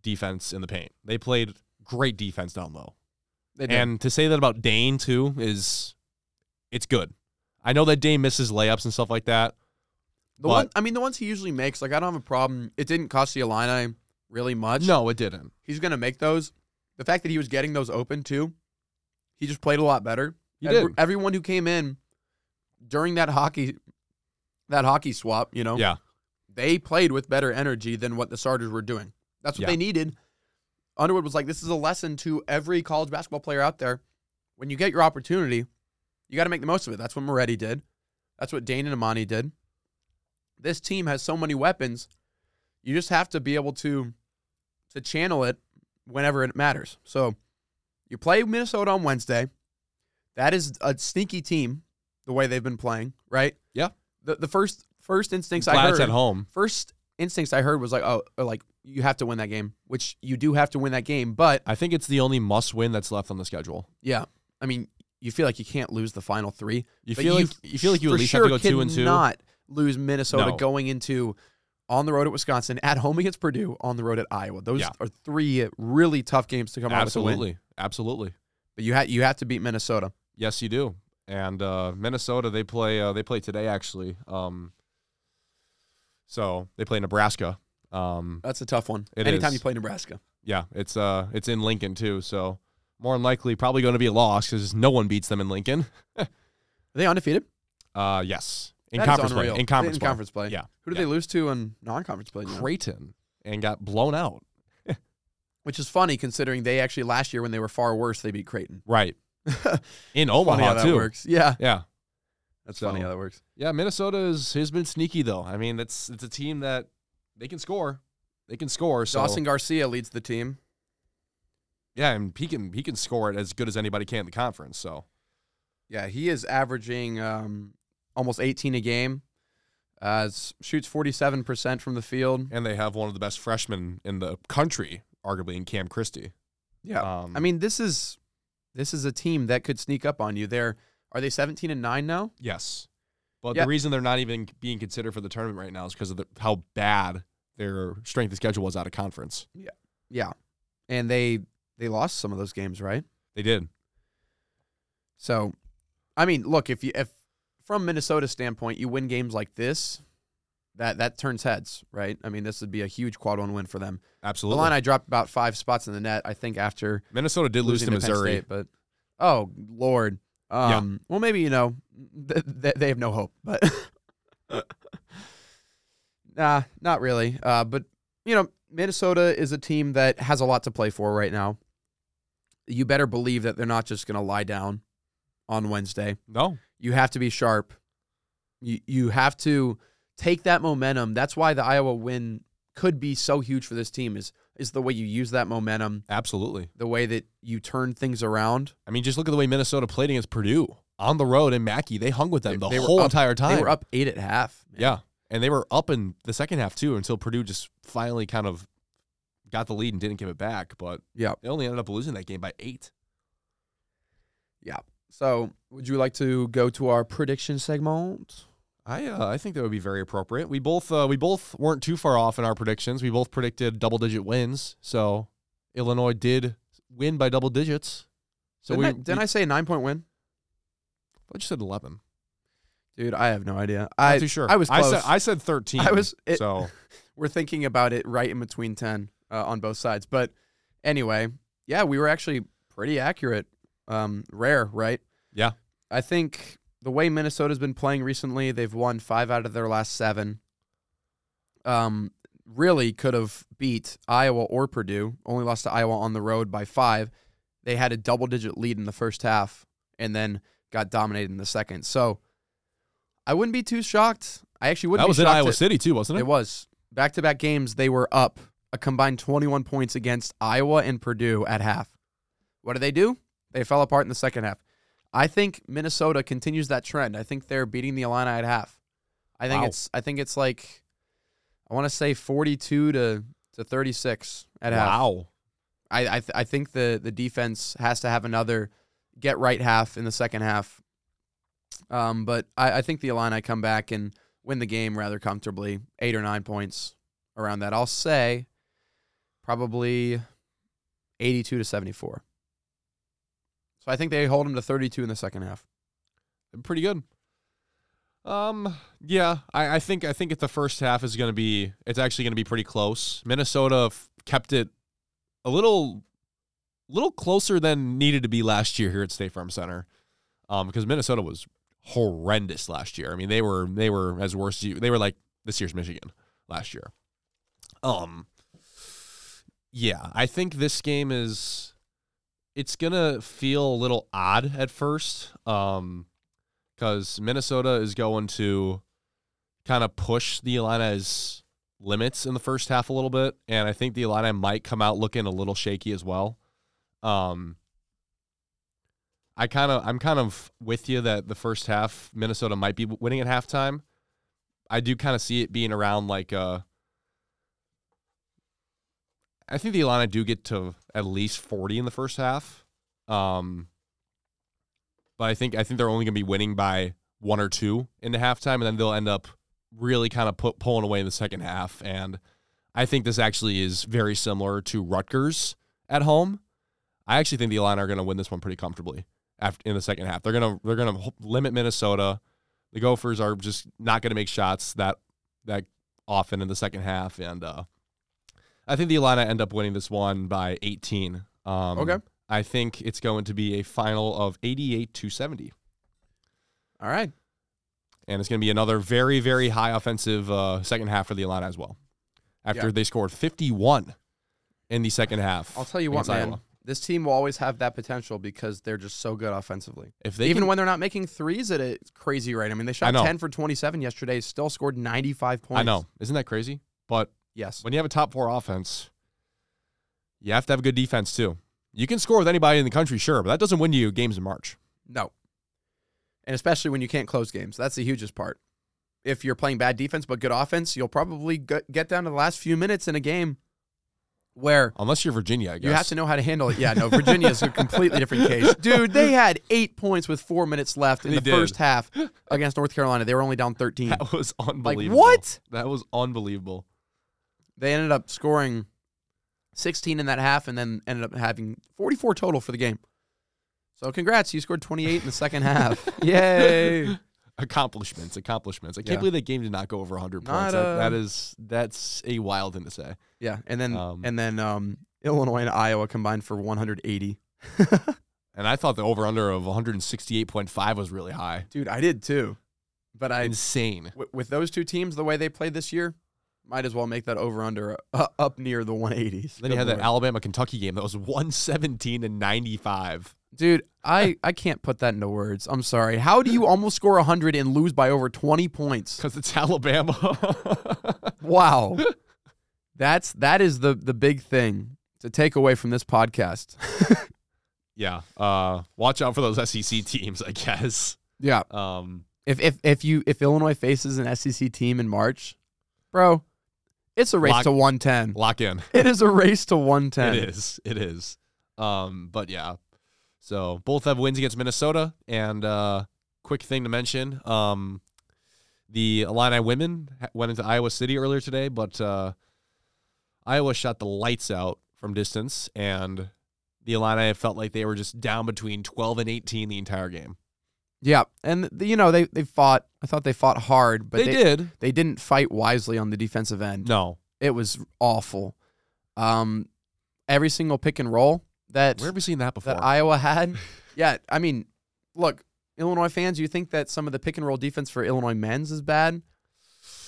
[SPEAKER 3] defense in the paint. They played great defense down low.
[SPEAKER 2] They did.
[SPEAKER 3] And to say that about Dane too is, it's good. I know that Dane misses layups and stuff like that.
[SPEAKER 2] the
[SPEAKER 3] but-
[SPEAKER 2] one, I mean, the ones he usually makes, like I don't have a problem. It didn't cost the Illini really much.
[SPEAKER 3] No, it didn't.
[SPEAKER 2] he's going to make those. The fact that he was getting those open too, he just played a lot better.
[SPEAKER 3] He
[SPEAKER 2] Every-
[SPEAKER 3] did.
[SPEAKER 2] Everyone who came in during that hockey, that hockey swap, you know,
[SPEAKER 3] Yeah.
[SPEAKER 2] they played with better energy than what the starters were doing. That's what
[SPEAKER 3] Yeah.
[SPEAKER 2] they needed. Underwood was like, "This is a lesson to every college basketball player out there. When you get your opportunity, you got to make the most of it." That's what Moretti did. That's what Dane and Amani did. This team has so many weapons. You just have to be able to to channel it whenever it matters. So you play Minnesota on Wednesday. That is a sneaky team, the way they've been playing, right?
[SPEAKER 3] Yeah.
[SPEAKER 2] The the first first instincts I
[SPEAKER 3] Glad
[SPEAKER 2] heard
[SPEAKER 3] it's at home.
[SPEAKER 2] first instincts I heard was like, oh, or like you have to win that game, which you do have to win that game. But
[SPEAKER 3] I think it's the only must win that's left on the schedule.
[SPEAKER 2] yeah, I mean, you feel like you can't lose the final three.
[SPEAKER 3] You
[SPEAKER 2] but
[SPEAKER 3] feel like you feel like you
[SPEAKER 2] for
[SPEAKER 3] at least
[SPEAKER 2] sure
[SPEAKER 3] have to go two and two.
[SPEAKER 2] Not lose Minnesota
[SPEAKER 3] No.
[SPEAKER 2] going into on the road at Wisconsin, at home against Purdue, on the road at Iowa. Those
[SPEAKER 3] Yeah.
[SPEAKER 2] are three really tough games to come out with a win.
[SPEAKER 3] Absolutely, absolutely.
[SPEAKER 2] But you have you have to beat Minnesota.
[SPEAKER 3] Yes, you do. And uh, Minnesota, they play. Uh, they play today, actually. Um, so they play Nebraska. Um,
[SPEAKER 2] That's a tough one.
[SPEAKER 3] It
[SPEAKER 2] Anytime
[SPEAKER 3] is.
[SPEAKER 2] you play Nebraska,
[SPEAKER 3] yeah, it's uh, it's in Lincoln too. So more than likely, probably going to be a loss because no one beats them in Lincoln.
[SPEAKER 2] are they undefeated?
[SPEAKER 3] Uh, yes, in
[SPEAKER 2] That is
[SPEAKER 3] conference play.
[SPEAKER 2] unreal.
[SPEAKER 3] In conference
[SPEAKER 2] in
[SPEAKER 3] play.
[SPEAKER 2] conference play.
[SPEAKER 3] Yeah.
[SPEAKER 2] Who did
[SPEAKER 3] yeah.
[SPEAKER 2] they lose to in non-conference play? do you know?
[SPEAKER 3] Creighton and got blown out.
[SPEAKER 2] Which is funny considering they actually last year when they were far worse, they beat Creighton.
[SPEAKER 3] Right. in
[SPEAKER 2] funny how
[SPEAKER 3] Omaha
[SPEAKER 2] that
[SPEAKER 3] too.
[SPEAKER 2] works. Yeah,
[SPEAKER 3] Yeah.
[SPEAKER 2] that's
[SPEAKER 3] So-
[SPEAKER 2] funny how that works.
[SPEAKER 3] Yeah, Minnesota is, has been sneaky though. I mean, that's it's a team that they can score. They can score. So
[SPEAKER 2] Dawson Garcia leads the team.
[SPEAKER 3] Yeah, and he can he can score it as good as anybody can in the conference. So
[SPEAKER 2] Yeah, he is averaging um, almost 18 a game. Uh, s- shoots 47% from the field.
[SPEAKER 3] and they have one of the best freshmen in the country, arguably in Cam Christie.
[SPEAKER 2] Yeah,
[SPEAKER 3] Um,
[SPEAKER 2] I mean this is this is a team that could sneak up on you. There are they 17 and nine now?
[SPEAKER 3] yes, but
[SPEAKER 2] Yeah.
[SPEAKER 3] the reason they're not even being considered for the tournament right now is because of the, how bad their strength of schedule was out of conference.
[SPEAKER 2] Yeah, and they they lost some of those games, right?
[SPEAKER 3] They did.
[SPEAKER 2] So I mean, look, if you if from Minnesota standpoint, you win games like this, that that turns heads, right? I mean, this would be a huge quad one win for them. The
[SPEAKER 3] Absolutely.
[SPEAKER 2] line I dropped about five spots in the net. I think after
[SPEAKER 3] Minnesota did lose to
[SPEAKER 2] losing Penn
[SPEAKER 3] Missouri.
[SPEAKER 2] State, but oh lord. Um, Well, maybe you know th- th- they have no hope, but nah, not really. Uh, but you know, Minnesota is a team that has a lot to play for right now. You better believe that they're not just going to lie down on Wednesday.
[SPEAKER 3] No.
[SPEAKER 2] You have to be sharp. You you have to take that momentum. That's why the Iowa win could be so huge for this team. Is is the way you use that momentum
[SPEAKER 3] Absolutely.
[SPEAKER 2] the way that you turn things around.
[SPEAKER 3] I mean, just look at the way Minnesota played against Purdue on the road in Mackey. They hung with them the whole
[SPEAKER 2] up,
[SPEAKER 3] entire time.
[SPEAKER 2] They were up eight at half. man.
[SPEAKER 3] Yeah. And they were up in the second half too until Purdue just finally kind of got the lead and didn't give it back. But
[SPEAKER 2] Yeah.
[SPEAKER 3] they only ended up losing that game by eight.
[SPEAKER 2] So, would you like to go to our prediction segment?
[SPEAKER 3] I uh, I think that would be very appropriate. We both uh, we both weren't too far off in our predictions. We both predicted double digit wins. So Illinois did win by double digits. So
[SPEAKER 2] didn't
[SPEAKER 3] we
[SPEAKER 2] I, didn't
[SPEAKER 3] we-
[SPEAKER 2] I say a nine point win?
[SPEAKER 3] I just said eleven.
[SPEAKER 2] Dude, I have no idea.
[SPEAKER 3] Not
[SPEAKER 2] I
[SPEAKER 3] too sure.
[SPEAKER 2] I was close.
[SPEAKER 3] I said I said thirteen.
[SPEAKER 2] I was- it-
[SPEAKER 3] so
[SPEAKER 2] we're thinking about it right in between ten uh, on both sides. But anyway, yeah, we were actually pretty accurate. Um, rare, right?
[SPEAKER 3] Yeah.
[SPEAKER 2] I think the way Minnesota's been playing recently, they've won five out of their last seven. Um, really could have beat Iowa or Purdue. Only lost to Iowa on the road by five. They had a double digit lead in the first half and then got dominated in the second. So I wouldn't be too shocked. I actually wouldn't
[SPEAKER 3] that
[SPEAKER 2] be
[SPEAKER 3] was in
[SPEAKER 2] shocked
[SPEAKER 3] Iowa
[SPEAKER 2] at-
[SPEAKER 3] City too, wasn't it?
[SPEAKER 2] it was back to back games. They were up a combined 21 points against Iowa and Purdue at half. What did they do? They fell apart in the second half. I think Minnesota continues that trend. I think they're beating the Illini at half. I think
[SPEAKER 3] Wow.
[SPEAKER 2] it's I think it's like I want to say 42 to to 36 at half.
[SPEAKER 3] wow.
[SPEAKER 2] I I, th- I think the the defense has to have another get right half in the second half. Um, but I, I think the Illini come back and win the game rather comfortably, eight or nine points around that. I'll say probably eighty-two to seventy-four. So I think they hold them to thirty-two in the second half.
[SPEAKER 3] pretty good. Um, yeah, I, I think I think if the first half is going to be, it's actually going to be pretty close. Minnesota f- kept it a little, little closer than needed to be last year here at State Farm Center, um, because Minnesota was horrendous last year. I mean, they were they were as worse. as you- They were like this year's Michigan last year. Um, yeah, I think this game is. It's gonna feel a little odd at first. Um, because Minnesota is going to kind of push the Illini's limits in the first half a little bit, and I think the Illini might come out looking a little shaky as well. Um, I kind of I'm kind of with you that the first half Minnesota might be winning at halftime. I do kind of see it being around like uh I think the Illini do get to at least 40 in the first half. Um but I think I think they're only going to be winning by one or two into halftime, and then they'll end up really kind of put, pulling away in the second half. And I think this actually is very similar to Rutgers at home. I actually think the Illini are going to win this one pretty comfortably after in the second half. They're gonna they're gonna h- limit Minnesota. The Gophers are just not going to make shots that that often in the second half, and uh, I think the Illini end up winning this one by 18. Um,
[SPEAKER 2] Okay.
[SPEAKER 3] I think it's going to be a final of 88 to 70.
[SPEAKER 2] All right.
[SPEAKER 3] And it's going to be another very, very high offensive uh, second half for the Illini as well. After
[SPEAKER 2] Yeah.
[SPEAKER 3] they scored 51 in the second half.
[SPEAKER 2] I'll tell you what,
[SPEAKER 3] against
[SPEAKER 2] man.
[SPEAKER 3] Iowa.
[SPEAKER 2] This team will always have that potential because they're just so good offensively.
[SPEAKER 3] If they
[SPEAKER 2] Even
[SPEAKER 3] can,
[SPEAKER 2] when they're not making threes at a crazy rate. I mean, they shot
[SPEAKER 3] know.
[SPEAKER 2] 10 for 27 yesterday, still scored 95 points.
[SPEAKER 3] I know. Isn't that crazy? But
[SPEAKER 2] Yes.
[SPEAKER 3] when you have a top four offense, you have to have a good defense too. You can score with anybody in the country, sure, but that doesn't win you games in March.
[SPEAKER 2] No. And especially when you can't close games. That's the hugest part. If you're playing bad defense but good offense, you'll probably g- get down to the last few minutes in a game where
[SPEAKER 3] Unless you're Virginia, I guess.
[SPEAKER 2] you have to know how to handle it. Yeah, no, Virginia's a completely different case. Dude, they had eight points with four minutes left in
[SPEAKER 3] They
[SPEAKER 2] the
[SPEAKER 3] did.
[SPEAKER 2] first half against North Carolina. They were only down 13.
[SPEAKER 3] That was
[SPEAKER 2] like,
[SPEAKER 3] unbelievable.
[SPEAKER 2] what?
[SPEAKER 3] That was unbelievable.
[SPEAKER 2] they ended up scoring 16 in that half and then ended up having 44 total for the game. So congrats, you scored 28 in the second half. Yay!
[SPEAKER 3] Accomplishments, accomplishments. I can't
[SPEAKER 2] Yeah.
[SPEAKER 3] believe that game did not go over 100
[SPEAKER 2] Not um,
[SPEAKER 3] points. That- that
[SPEAKER 2] a-
[SPEAKER 3] is that's a wild thing to say.
[SPEAKER 2] Yeah, and then
[SPEAKER 3] Um,
[SPEAKER 2] and then um, Illinois and Iowa combined for 180.
[SPEAKER 3] And I thought the over under of 168.5 was really high.
[SPEAKER 2] Dude, I did too, but I
[SPEAKER 3] Insane.
[SPEAKER 2] w- with those two teams the way they played this year, might as well make that over under uh, up near the 180s.
[SPEAKER 3] Then you had that
[SPEAKER 2] Good lord.
[SPEAKER 3] Alabama Kentucky game that was 117 to 95.
[SPEAKER 2] dude. I I can't put that into words. I'm sorry. How do you almost score 100 and lose by over 20 points?
[SPEAKER 3] Because it's Alabama.
[SPEAKER 2] Wow, that's that is the the big thing to take away from this podcast.
[SPEAKER 3] yeah. Uh, watch out for those SEC teams, I guess.
[SPEAKER 2] Yeah,
[SPEAKER 3] Um,
[SPEAKER 2] if if if you if Illinois faces an SEC team in March, bro, it's a race
[SPEAKER 3] Lock-
[SPEAKER 2] to 110.
[SPEAKER 3] lock in.
[SPEAKER 2] It is a race to 110.
[SPEAKER 3] It is. It is. Um, but yeah. So both have wins against Minnesota. And uh, quick thing to mention um, the Illini women ha- went into Iowa City earlier today, but uh, Iowa shot the lights out from distance. And the Illini felt like they were just down between 12 and 18 the entire game.
[SPEAKER 2] Yeah, and th- you know they they fought. I thought they fought hard, but
[SPEAKER 3] they, did.
[SPEAKER 2] They didn't fight wisely on the defensive end.
[SPEAKER 3] No.
[SPEAKER 2] It was awful. Um, every single pick and roll that
[SPEAKER 3] Where have we seen that before?
[SPEAKER 2] that Iowa had. yeah, I mean, look, Illinois fans, you think that some of the pick and roll defense for Illinois men's is bad?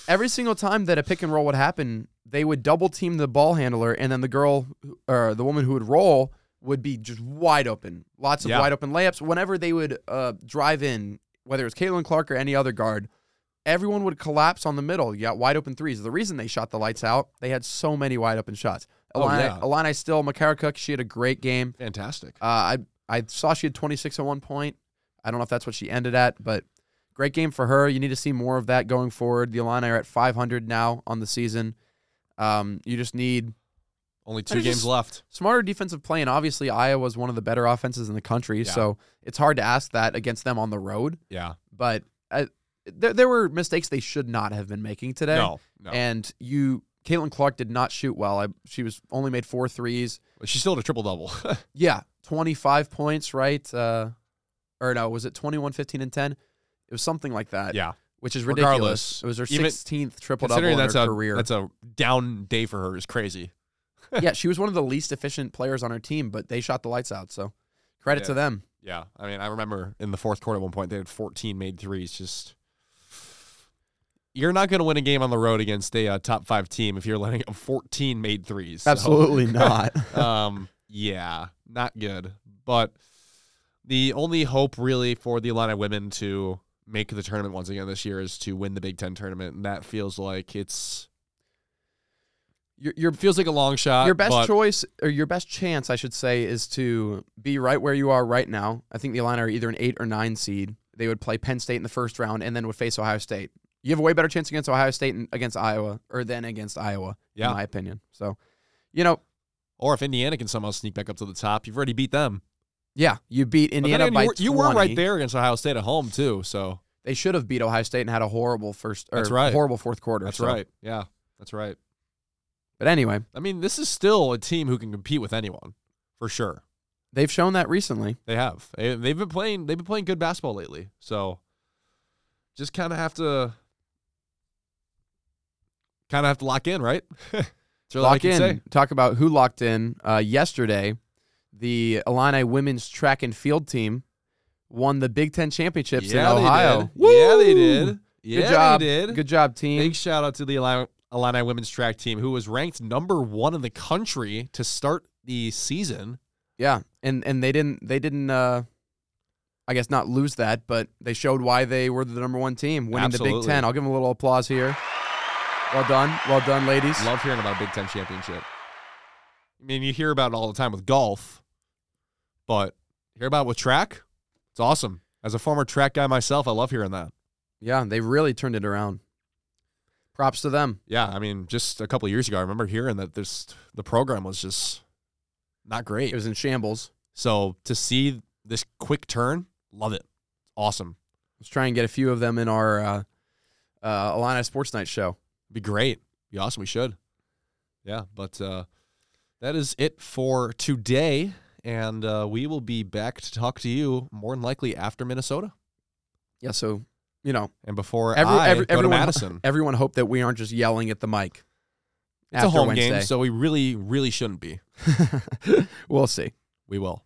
[SPEAKER 2] Every single time that a pick and roll would happen, they would double team the ball handler, and then the girl who- or the woman who would roll would be just wide open, lots of
[SPEAKER 3] Yeah.
[SPEAKER 2] wide open layups. Whenever they would uh, drive in, whether it was Caitlin Clark or any other guard, everyone would collapse on the middle. You got wide open threes. The reason they shot the lights out, they had so many wide open shots.
[SPEAKER 3] Oh,
[SPEAKER 2] Alani,
[SPEAKER 3] yeah.
[SPEAKER 2] Alani still, Makara Cook, she had a great game.
[SPEAKER 3] Fantastic.
[SPEAKER 2] Uh, I I saw she had 26 at one point. I don't know if that's what she ended at, but great game for her. You need to see more of that going forward. The Illini are at 500 now on the season. Um, you just need
[SPEAKER 3] Only
[SPEAKER 2] I
[SPEAKER 3] two games
[SPEAKER 2] just-
[SPEAKER 3] left.
[SPEAKER 2] smarter defensive play, and obviously Iowa's one of the better offenses in the country,
[SPEAKER 3] Yeah.
[SPEAKER 2] so it's hard to ask that against them on the road.
[SPEAKER 3] Yeah.
[SPEAKER 2] But uh, there there were mistakes they should not have been making today,
[SPEAKER 3] No. No.
[SPEAKER 2] and you. Caitlin Clark did not shoot well. I, she was only made four threes.
[SPEAKER 3] She's still at a triple double.
[SPEAKER 2] Yeah, 25 points, right? Uh, or no, was it 21, 15, and 10? It was something like that.
[SPEAKER 3] yeah.
[SPEAKER 2] Which is
[SPEAKER 3] Regardless,
[SPEAKER 2] ridiculous. it was her
[SPEAKER 3] even-
[SPEAKER 2] 16th triple double
[SPEAKER 3] Considering
[SPEAKER 2] in her
[SPEAKER 3] that's a
[SPEAKER 2] career.
[SPEAKER 3] that's a down day for her is crazy.
[SPEAKER 2] yeah, she was one of the least efficient players on her team, but they shot the lights out. So credit
[SPEAKER 3] Yeah.
[SPEAKER 2] to them.
[SPEAKER 3] Yeah. I mean, I remember in the fourth quarter at one point they had 14 made threes. Just you're not going to win a game on the road against a uh, top five team if you're letting up 14 made threes. So,
[SPEAKER 2] not.
[SPEAKER 3] um. Yeah. Not good. But the only hope really for the Atlanta women to make the tournament once again this year is to win the Big Ten tournament, and that feels like it's
[SPEAKER 2] your, your,
[SPEAKER 3] feels like a long shot.
[SPEAKER 2] your best
[SPEAKER 3] Uh, but
[SPEAKER 2] choice, or your best chance, I should say, is to be right where you are right now. I think the Illini are either an eight or nine seed. They would play Penn State in the first round and then would face Ohio State. You have a way better chance against Ohio State and against Iowa, or than against Iowa.
[SPEAKER 3] Yeah.
[SPEAKER 2] in my opinion. So, you know,
[SPEAKER 3] Or if Indiana can somehow sneak back up to the top, you've already beat them.
[SPEAKER 2] yeah, you beat
[SPEAKER 3] But
[SPEAKER 2] Indiana
[SPEAKER 3] then
[SPEAKER 2] by
[SPEAKER 3] again, you, were, you were
[SPEAKER 2] 20.
[SPEAKER 3] right there against Ohio State at home too. So
[SPEAKER 2] They should have beat Ohio State and had a horrible first or
[SPEAKER 3] That's right.
[SPEAKER 2] horrible fourth quarter.
[SPEAKER 3] that's
[SPEAKER 2] so-
[SPEAKER 3] right. Yeah, that's right.
[SPEAKER 2] But anyway,
[SPEAKER 3] I mean, this is still a team who can compete with anyone for sure.
[SPEAKER 2] they've shown that recently.
[SPEAKER 3] They have. They, they've been playing. They've been playing good basketball lately. So just kind of have to, kind of have to lock in, right? That's really all I
[SPEAKER 2] Lock
[SPEAKER 3] can
[SPEAKER 2] in.
[SPEAKER 3] say.
[SPEAKER 2] Talk about who locked in uh, yesterday. The Illini women's track and field team won the Big Ten championships in Ohio.
[SPEAKER 3] They did. Yeah, they
[SPEAKER 2] Woo!
[SPEAKER 3] did. Yeah,
[SPEAKER 2] Good job.
[SPEAKER 3] they did.
[SPEAKER 2] Good job, team.
[SPEAKER 3] Big shout out to the Illini, Illini women's track team, who was ranked number one in the country to start the season.
[SPEAKER 2] Yeah, and and they didn't they didn't uh I guess not lose that, but they showed why they were the number one team winning the Big
[SPEAKER 3] Absolutely.
[SPEAKER 2] Ten. I'll give them a little applause here. Well done, well done, ladies.
[SPEAKER 3] Love hearing about a Big Ten championship. I mean, you hear about it all the time with golf, but you hear about it with track. It's awesome. As a former track guy myself, I love hearing that.
[SPEAKER 2] Yeah, they really turned it around. Props to them.
[SPEAKER 3] Yeah, I mean, just a couple of years ago, I remember hearing that this the program was just not great.
[SPEAKER 2] It was in shambles.
[SPEAKER 3] so to see this quick turn, love it. Awesome.
[SPEAKER 2] Let's try and get a few of them in our uh, uh, Illini Sports Night show.
[SPEAKER 3] be great. Be awesome. We should. Yeah, but uh, that is it for today. and uh, we will be back to talk to you more than likely after Minnesota
[SPEAKER 2] Yeah, so you know,
[SPEAKER 3] and before
[SPEAKER 2] every,
[SPEAKER 3] I go
[SPEAKER 2] every,
[SPEAKER 3] to
[SPEAKER 2] everyone,
[SPEAKER 3] Madison.
[SPEAKER 2] everyone hope that we aren't just yelling at the mic.
[SPEAKER 3] It's a home game, so we really, really shouldn't be.
[SPEAKER 2] so we'll see.
[SPEAKER 3] We will.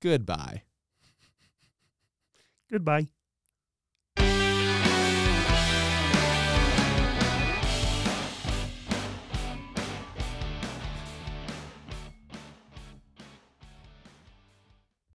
[SPEAKER 3] Goodbye.
[SPEAKER 4] Goodbye.